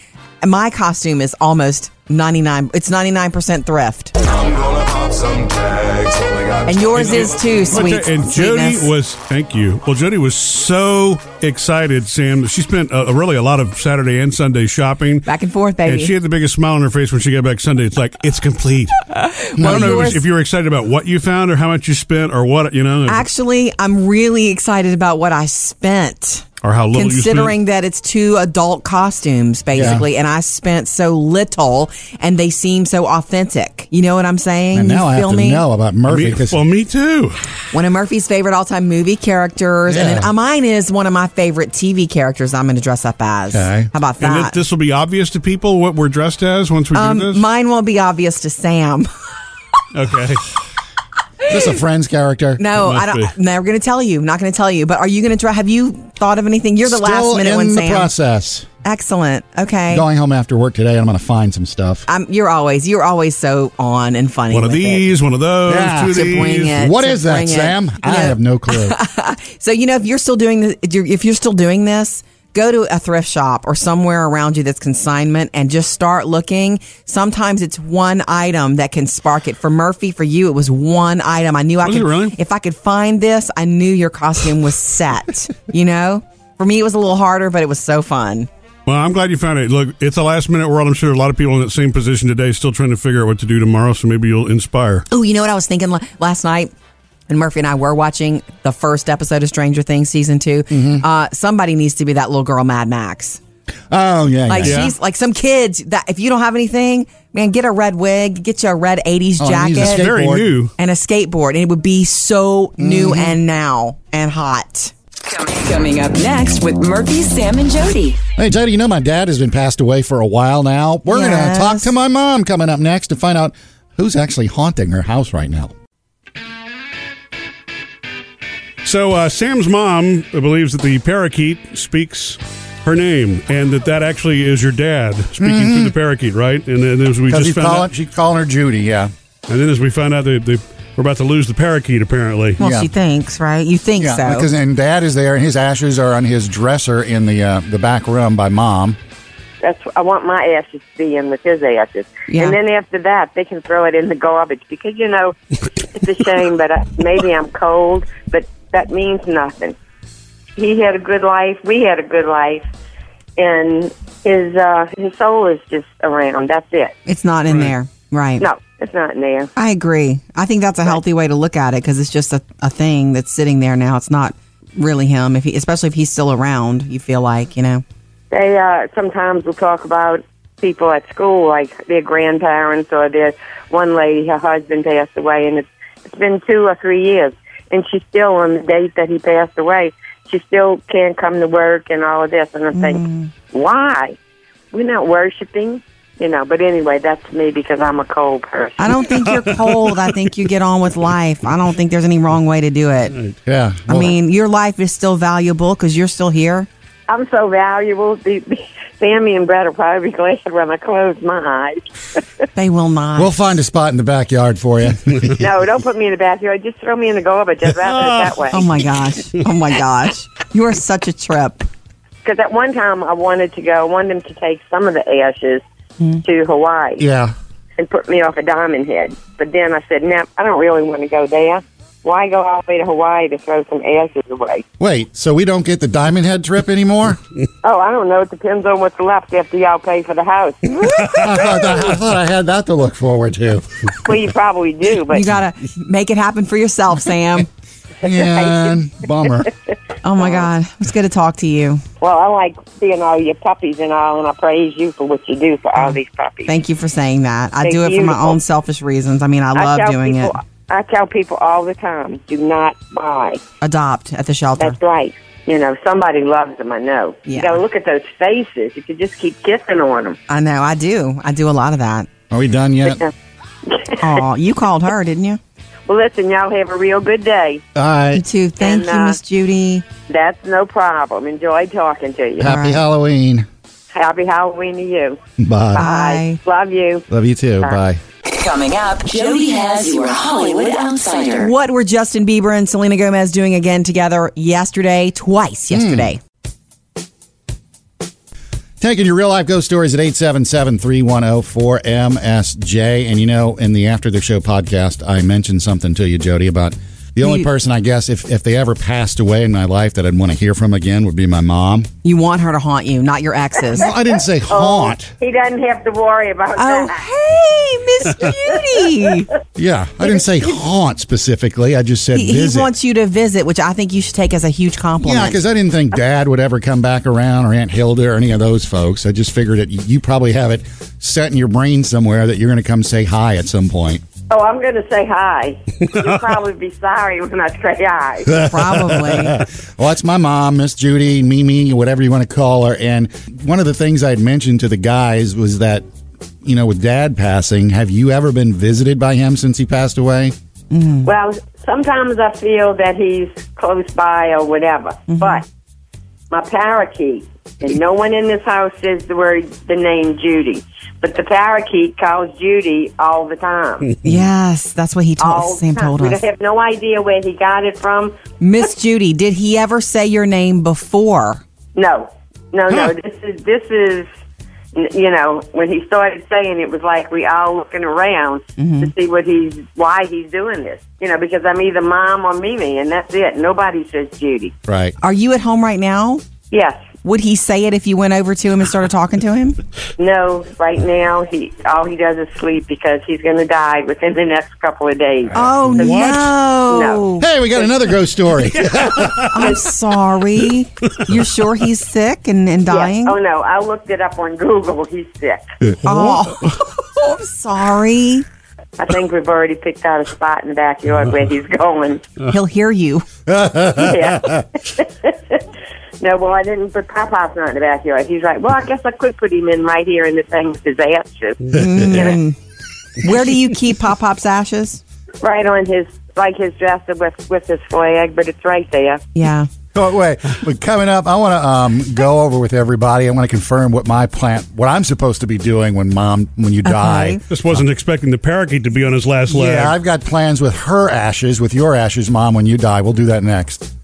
my costume is almost 99, it's 99% thrift. And yours is too,
But
sweet.
the- And Jody
sweetness.
was, thank you. Well, Jody was so excited, Sam. that She spent uh, really a lot of Saturday and Sunday shopping.
back and forth, baby.
And she had the biggest smile on her face when she got back Sunday. It's like, it's complete. I don't know if it was-
yours-
if you were excited about what you found or how much you spent or what, you know,
Actually, I'm really excited about what I spent.
or how little
considering
you spent.
that it's two adult costumes basically and i spent so little and they seem so authentic you know what i'm saying
And now
you
I have
feel
to
me
know about
I
Murphy
mean,
because
well, me too.
one of murphy's favorite all-time movie characters and then
Yeah.
uh, mine is one of my favorite tv characters i'm going to dress up as
Okay.
how about
And
that
this will be obvious to people what we're dressed as once we do
um,
this.
mine won't be obvious to sam
okay.
is this a Friends character?
no
It must
i don't
be.
never going to tell you not going to tell you but are you going to try have you thought of anything you're the
Still
last minute
in
one
the
sam
process.
excellent okay
Going home after work today, and I'm going to find some stuff.
I'm, you're always you're always so on and funny
One of
with it.
these, one of those,
Yeah.
two of
To bring
these.
it,
What
to
is that,
bring it.
Sam?
You
I
know-
have no clue.
So you know, if you're still doing this, if you're, if you're still doing this, go to a thrift shop or somewhere around you that's consignment and just start looking. Sometimes it's one item that can spark it. For Murphy, for you, it was one item. I knew I
Was
could.
it really?
If I could find this, I knew your costume was set. you know. For me, it was a little harder, but it was so fun.
Well, I'm glad you found it. Look, it's a last minute world. I'm sure a lot of people in that same position today still trying to figure out what to do tomorrow, so maybe you'll inspire.
Oh, you know what I was thinking la- last night? And Murphy and I were watching the first episode of Stranger Things season 2 Uh, somebody needs to be that little girl, Mad Max.
oh yeah,
Like
yeah.
Yeah.
she's like some kids that if you don't have anything, man, get a red wig, get you a red '80s
Oh, and he's a
jacket,
skateboard.
Very new.
and a skateboard, and it would be so new and now and hot.
Coming up next with Murphy, Sam, and Jody.
Hey, Jody, you know my dad has been passed away for a while now. We're going
Yes.
to talk to my mom coming up next to find out who's actually haunting her house right now.
So uh, Sam's mom believes that the parakeet speaks her name, and that that actually is your dad speaking through the parakeet, right? And then as we
Mm-hmm. Because
just
he's
found
calling,
out,
she's calling her Judy. Yeah,
and then as we found out that they, we're about to lose the parakeet, apparently.
Well,
Yeah.
she thinks, right? You think
yeah.
so?
Because and dad is there, and his ashes are on his dresser in the uh, the back room by mom.
That's I want my ashes to be in with his ashes.
Yeah.
And then after that, they can throw it in the garbage because you know it's a shame. But I, maybe I'm cold, but that means nothing. He had a good life. We had a good life, and his uh, his soul is just around. That's it.
it's not in there, right?
No, it's not in there.
I agree. I think that's a healthy way to look at it because it's just a, a thing that's sitting there now. It's not really him, if he, especially if he's still around. You feel like you know.
They uh, sometimes will talk about people at school, like their grandparents or their one lady, her husband passed away, and it's, it's been two or three years, and she's still on the date that he passed away. She still can't come to work and all of this, and I'm thinking, why? We're not worshiping, you know. But anyway, that's me because I'm a cold person.
I don't think you're cold. I think you get on with life. I don't think there's any wrong way to do it.
Yeah,
I
well,
mean, your life is still valuable because you're still here.
I'm so valuable. The, the, Sammy and Brett will probably be glad when I close my eyes.
They will not.
we'll find a spot in the backyard for you.
No, don't put me in the bathroom. Just throw me in the garbage. I'd rather it that way.
oh my gosh. Oh my gosh. You are such a trip.
Because at one time I wanted to go, I wanted them to take some of the ashes
Hmm.
to Hawaii
yeah,
and put me off a diamond head. But then I said, no, I don't really want to go there. Why go all the way to Hawaii to throw some ashes away?
wait. So we don't get the Diamond Head trip anymore?
Oh, I don't know. It depends on what's left after y'all pay for the house.
I, thought I, I thought I had that to look forward to.
well, you probably do, but
You got to make it happen for yourself, Sam.
And bummer.
Oh my God. It's good to talk to you.
well, I like seeing all your puppies and all, and I praise you for what you do for all these puppies.
Oh, Thank you for saying that. I
They're
do it for my
beautiful.
own selfish reasons. I mean, I love
tell
doing
people,
it.
I tell people all the time, do not buy.
Adopt at the shelter.
That's right. You know, somebody loves them. I know.
Yeah.
You got to look at those faces. You could just keep kissing on them.
I know. I do. I do a lot of that.
Are we done yet? All
Oh, you called her, didn't you?
Well, listen, y'all have a real good day.
You
right.
too. Thank
And,
you,
uh,
Miss Judy.
That's no problem. Enjoy talking to you.
Happy
right.
Halloween.
Happy Halloween to you.
Bye.
Bye. Love you.
Love you too. Bye.
Coming up, Jody has your Hollywood Outsider.
What were Justin Bieber and Selena Gomez doing again together yesterday? Twice yesterday.
Hmm.
Taking your real life ghost stories at 877 310 4MSJ. And you know, in the After the Show podcast, I mentioned something to you, Jody, about the only
You-
person I guess if, if they ever passed away in my life that I'd want to hear from again would be my mom.
You want her to haunt you, not your exes.
Well, I didn't say haunt.
He doesn't have to worry about
Oh,
that.
hey, Miss Beauty.
Yeah, I didn't say haunt specifically. I just said
He, he
visit.
wants you to visit, which I think you should take as a huge compliment.
yeah, because I didn't think Dad would ever come back around or Aunt Hilda or any of those folks. I just figured that you probably have it set in your brain somewhere that you're going to come say hi at some point.
Oh, I'm going to say hi. You'll probably be sorry when I say hi.
probably.
Well, that's my mom, Miss Judy, Mimi, whatever you want to call her. And one of the things I had mentioned to the guys was that, you know, with dad passing, have you ever been visited by him since he passed away?
Well, sometimes I feel that he's close by or whatever,
Mm-hmm.
but my parakeet, and no one in this house says the word, the name Judy, but the parakeet calls Judy all the time.
Yes, that's what he
all
told Sam
the time.
told
we
us.
have no idea where he got it from.
Miss Judy, did he ever say your name before?
No, no, no. This is this is. n- You know, when he started saying it was like we all looking around
Mm-hmm.
to see what he's, why he's doing this. You know, because I'm either mom or Mimi, and that's it. Nobody says Judy.
Right.
Are you at home right now?
Yes,
Would he say it if you went over to him and started talking to him?
No, right now he all he does is sleep because he's going to die within the next couple of days.
Oh no.
No.
Hey, we got another ghost story.
I'm sorry. You're sure he's sick and, and
Yeah.
dying?
Oh no, I looked it up on Google. He's sick.
Oh, I'm sorry.
I think we've already picked out a spot in the backyard where he's going.
He'll hear you.
Yeah. no, well, I didn't put Papa's not in the backyard. He's like, well, I guess I could put him in right here in the thing with his ashes,
Where do you keep Pop Pop's ashes?
right on his like his dresser with with his flag, but it's right there.
Yeah.
Oh, wait, but coming up, I want to um, go over with everybody. I want to confirm what my plant, what I'm supposed to be doing when mom, when you die.
Just wasn't expecting the parakeet to be on his last leg.
uh, Yeah, I've got plans with her ashes, with your ashes, mom, when you die. We'll do that next.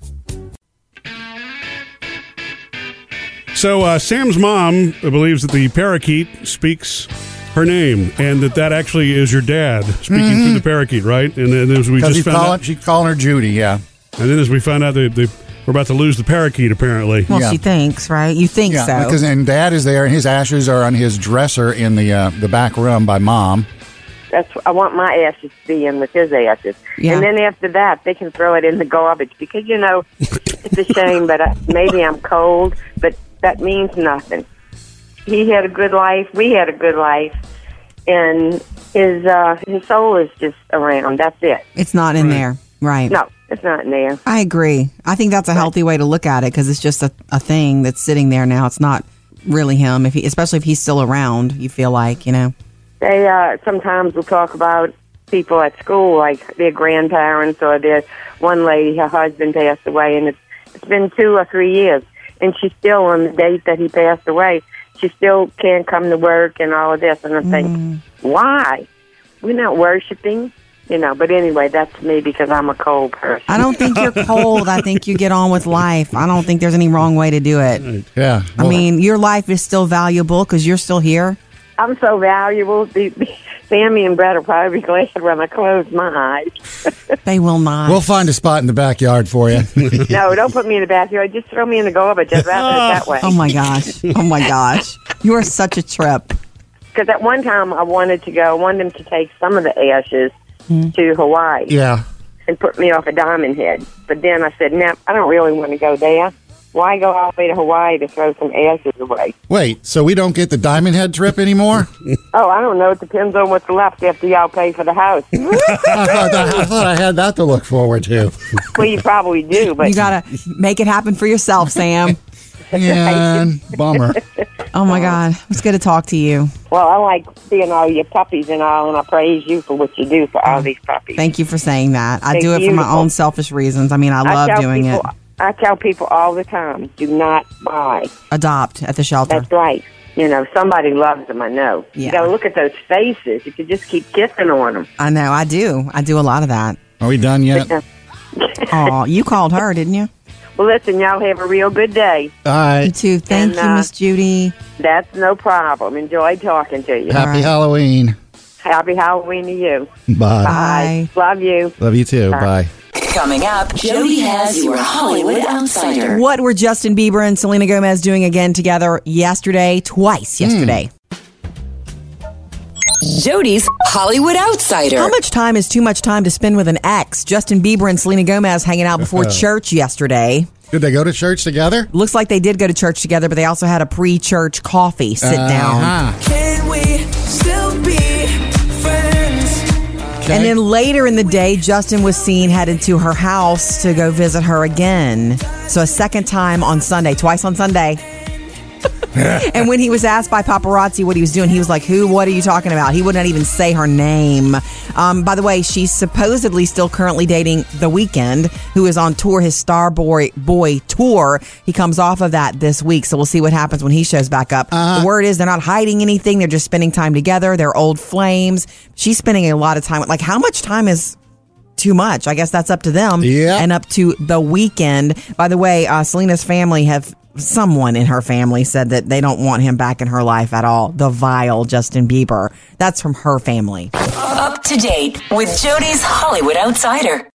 So uh, Sam's mom believes that the parakeet speaks her name, and that that actually is your dad speaking through
Mm-hmm.
the parakeet, right? And then as we
Because
just
he's
found
calling,
out,
she's calling her Judy, yeah.
and then as we found out, they, they we're about to lose the parakeet. Apparently,
Well,
Yeah.
she thinks, right? You think
Yeah,
so.
because and dad is there, and his ashes are on his dresser in the uh, the back room by mom.
That's I want my ashes to be in with his ashes.
Yeah.
And then after that, they can throw it in the garbage because you know it's a shame. But I, maybe I'm cold, but that means nothing. He had a good life. We had a good life, and his uh, his soul is just around. That's it.
it's not in there. Right.
No, it's not in there.
I agree. I think that's a healthy way to look at it because it's just a, a thing that's sitting there now. It's not really him, if he, especially if he's still around. You feel like you know.
They uh, sometimes will talk about people at school, like their grandparents or their one lady, her husband passed away, and it's, it's been two or three years, and she's still on the date that he passed away. She still can't come to work and all of this, and I think, why? We're not worshiping, you know. But anyway, that's me because I'm a cold person.
I don't think you're cold. I think you get on with life. I don't think there's any wrong way to do it.
Yeah,
I mean, your life is still valuable because you're still here.
I'm so valuable. The- the- Sammy and Brett will probably be glad when I close my eyes.
They will not.
we'll find a spot in the backyard for you.
No, don't put me in the backyard. Just throw me in the garbage. I'd rather it that way.
oh my gosh. Oh my gosh. You are such a trip.
Because at one time I wanted to go, I wanted them to take some of the ashes
Hmm.
to Hawaii
yeah,
and put me off a diamond head. But then I said, nah, I don't really want to go there. Why go all the way to Hawaii to throw some ashes away?
wait, so we don't get the Diamond Head trip anymore?
Oh, I don't know. It depends on what's left after y'all pay for the house.
I, thought that, I thought I had that to look forward to.
well, you probably do, but
You gotta make it happen for yourself, Sam.
And bummer.
Oh my God. It's good to talk to you.
well, I like seeing all your puppies and all, and I praise you for what you do for all these
Oh,
puppies.
Thank you for saying that. I
They're
do it for my
beautiful.
own selfish reasons. I mean, I love doing
people,
it.
I tell people all the time, do not buy.
Adopt at the shelter.
That's right. You know, somebody loves them. I know. You
Yeah.
got to look at those faces. You could just keep kissing on them.
I know. I do. I do a lot of that.
Are we done yet?
All
Oh, you called her, didn't you?
Well, listen, y'all have a real good day.
You
right.
too. Thank
And,
you,
uh,
Miss Judy.
That's no problem. Enjoy talking to you.
Happy Halloween.
Happy Halloween to you.
Bye.
Bye. Love you.
Love you too. Bye.
Coming up, Jody has your Hollywood Outsider.
What were Justin Bieber and Selena Gomez doing again together yesterday? Twice yesterday.
Jody's Hollywood Outsider.
How much time is too much time to spend with an ex? Justin Bieber and Selena Gomez hanging out before church yesterday.
Did they go to church together?
Looks like they did go to church together, but they also had a pre-church coffee sit down.
Uh-huh.
Can we still be friends?
And then later in the day, Justin was seen headed to her house to go visit her again. So a second time on Sunday, twice on Sunday. and when he was asked by paparazzi what he was doing, he was like, "Who? What are you talking about?" He would not even say her name. Um, by the way, she's supposedly still currently dating The Weeknd, who is on tour his Star Boy Boy tour. He comes off of that this week, so we'll see what happens when he shows back up. The word is they're not hiding anything; they're just spending time together. They're old flames. She's spending a lot of time. with Like, how much time is too much. I guess that's up to them.
Yeah.
And up to the weekend. By the way, uh, Selena's family have someone in her family said that they don't want him back in her life at all. The vile Justin Bieber. That's from her family.
Up to date with Jody's Hollywood Outsider.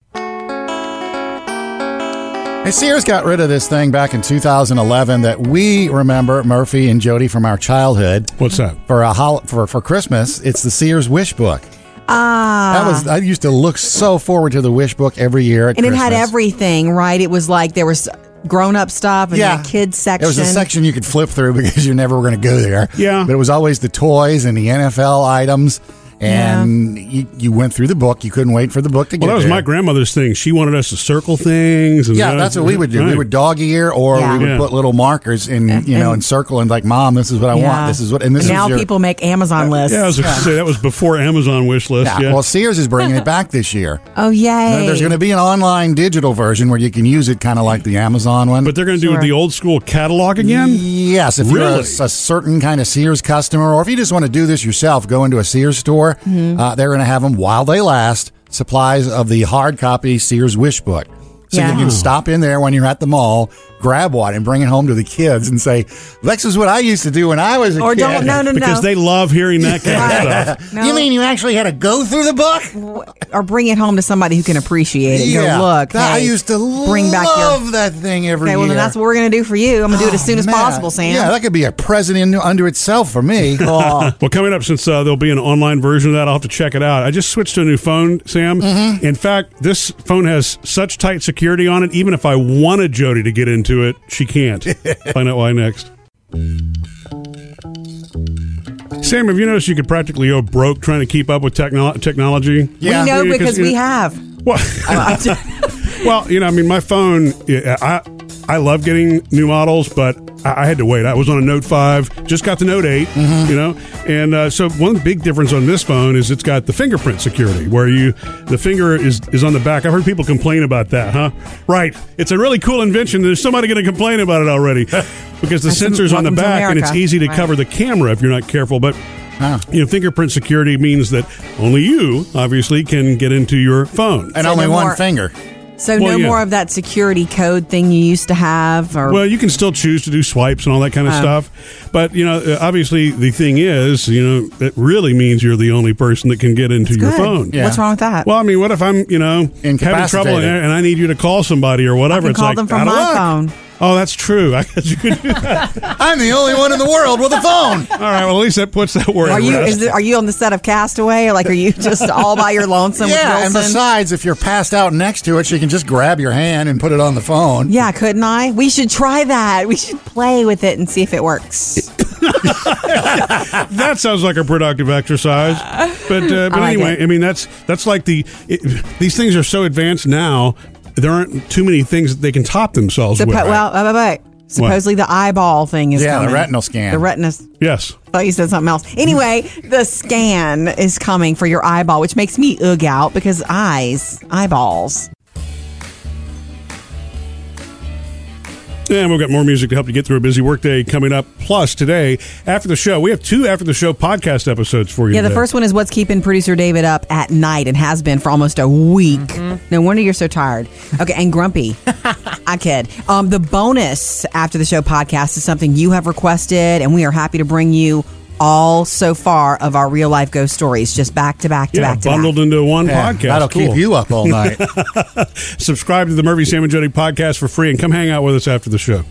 Hey, Sears got rid of this thing back in 2011 that we remember Murphy and Jody from our childhood.
What's that?
For a hol- for for Christmas, it's the Sears Wish Book.
Ah.
That was I used to look so forward to the Wish Book every year. At
and it had
Christmas.
everything, right? It was like there was grown up stuff and
Yeah.
that kids
It
section.
was a section you could flip through because you never were going to go there.
Yeah.
But it was always the toys and the NFL items. And you, you went through the book. You couldn't wait for the book to get
Well, that was
there.
my grandmother's thing. She wanted us to circle things. And
Yeah,
that-
that's what we would do. We
Right.
would dog ear, or
Yeah.
we would
Yeah.
put little markers in, you know, and circle and like, mom, this is what I want. This is what, and this
now
is your,
people make Amazon lists.
Yeah, I was gonna say that was before Amazon wish list.
Yeah.
Yeah,
Well, Sears is bringing it back this year.
oh yay!
There's going to be an online digital version where you can use it, kind of like the Amazon one.
but they're going to do
Sure.
the old school catalog again.
Yes, if you're a,
Really?
a certain kind of Sears customer, or if you just want to do this yourself, go into a Sears store.
Mm-hmm.
Uh, they're going to have them while they last supplies of the hard copy Sears Wish Book. So
Yeah.
you can stop in there when you're at the mall, grab one, and bring it home to the kids and say, "This is what I used to do when I was a
or
kid."
don't no no
because
no
they love hearing that kind of stuff.
You mean you actually had to go through the book?
or bring it home to somebody who can appreciate it. Go look.
that- I
hey,
used to
bring
love
back your
that thing every
Okay,
year. Oh,
well then that's what we're gonna do for you. I'm gonna do it as soon as
Man,
possible, Sam.
Yeah, that could be a present in, under itself for me. Oh.
Well, coming up, since uh, there'll be an online version of that, I'll have to check it out. I just switched to a new phone, Sam. In fact, this phone has such tight security on it, even if I wanted Jody to get into it, she can't. Find out why next. Sam, have you noticed you could practically go broke trying to keep up with techno- technology?
Yeah.
we
Yeah,
know
'cause,
because
you
we
know-
have.
Well,
I'm just-
well, you know, I mean, my phone, yeah, I I love getting new models, but I, I had to wait. I was on a Note five, just got the Note 8
Mm-hmm.
you know, and uh, so one big difference on this phone is it's got the fingerprint security, where you the finger is is on the back. I've heard people complain about that, huh? Right, it's a really cool invention. There's somebody going to complain about it already. Because the
That's some-
sensor's on the
welcome to
back and it's
America.
easy to
Right.
cover the camera if you're not careful. But you know, fingerprint security means that only you, obviously, can get into your phone.
and
So
only
no
one
more-
finger.
so
Well,
no
yeah.
more of that security code thing you used to have, or
Well, you can still choose to do swipes and all that kind of stuff. But, you know, uh, obviously the thing is, you know, it really means you're the only person that can get into your
Good.
phone.
Yeah.
What's wrong with that?
Well, I mean, what if I'm, you know, having
Incapacitated.
trouble and, and I need you to call somebody or whatever?
I can
it's
call
like,
them
out
from
of
my
luck.
phone.
Oh, that's true. I guess you could do that.
I'm the only one in the world with a phone.
All right. Well, at least that puts that worry.
Are
to
you
rest.
is there, are you on the set of Castaway? Like, are you just all by your lonesome?
yeah,
with
and
Wilson?
besides, if you're passed out next to it, she can just grab your hand and put it on the phone.
yeah, couldn't I? We should try that. We should play with it and see if it works.
that sounds like a productive exercise. But uh, but
I like
anyway,
it.
I mean that's that's like the it, these things are so advanced now. There aren't too many things that they can top themselves
Suppo-
with.
Well, uh, but, but supposedly the eyeball thing is
Yeah, the
coming.
retinal scan.
The retinas.
yes.
thought you said something else. Anyway, the scan is coming for your eyeball, which makes me ugh out because eyes, eyeballs.
And we've got more music to help you get through a busy workday coming up. Plus, today, after the show, we have two after the show podcast episodes for you.
Yeah, the
today.
first one is what's keeping producer David up at night and has been for almost a week.
Mm-hmm.
No wonder you're so tired. Okay, and grumpy. I kid. Um, the bonus after the show podcast is something you have requested, and we are happy to bring you all so far of our real life ghost stories, just back to back to
yeah,
back to
bundled
back.
into one
Yeah,
podcast.
that'll keep
Cool.
you up all night.
Subscribe to the Murphy Sam and Jody podcast for free and come hang out with us after the show.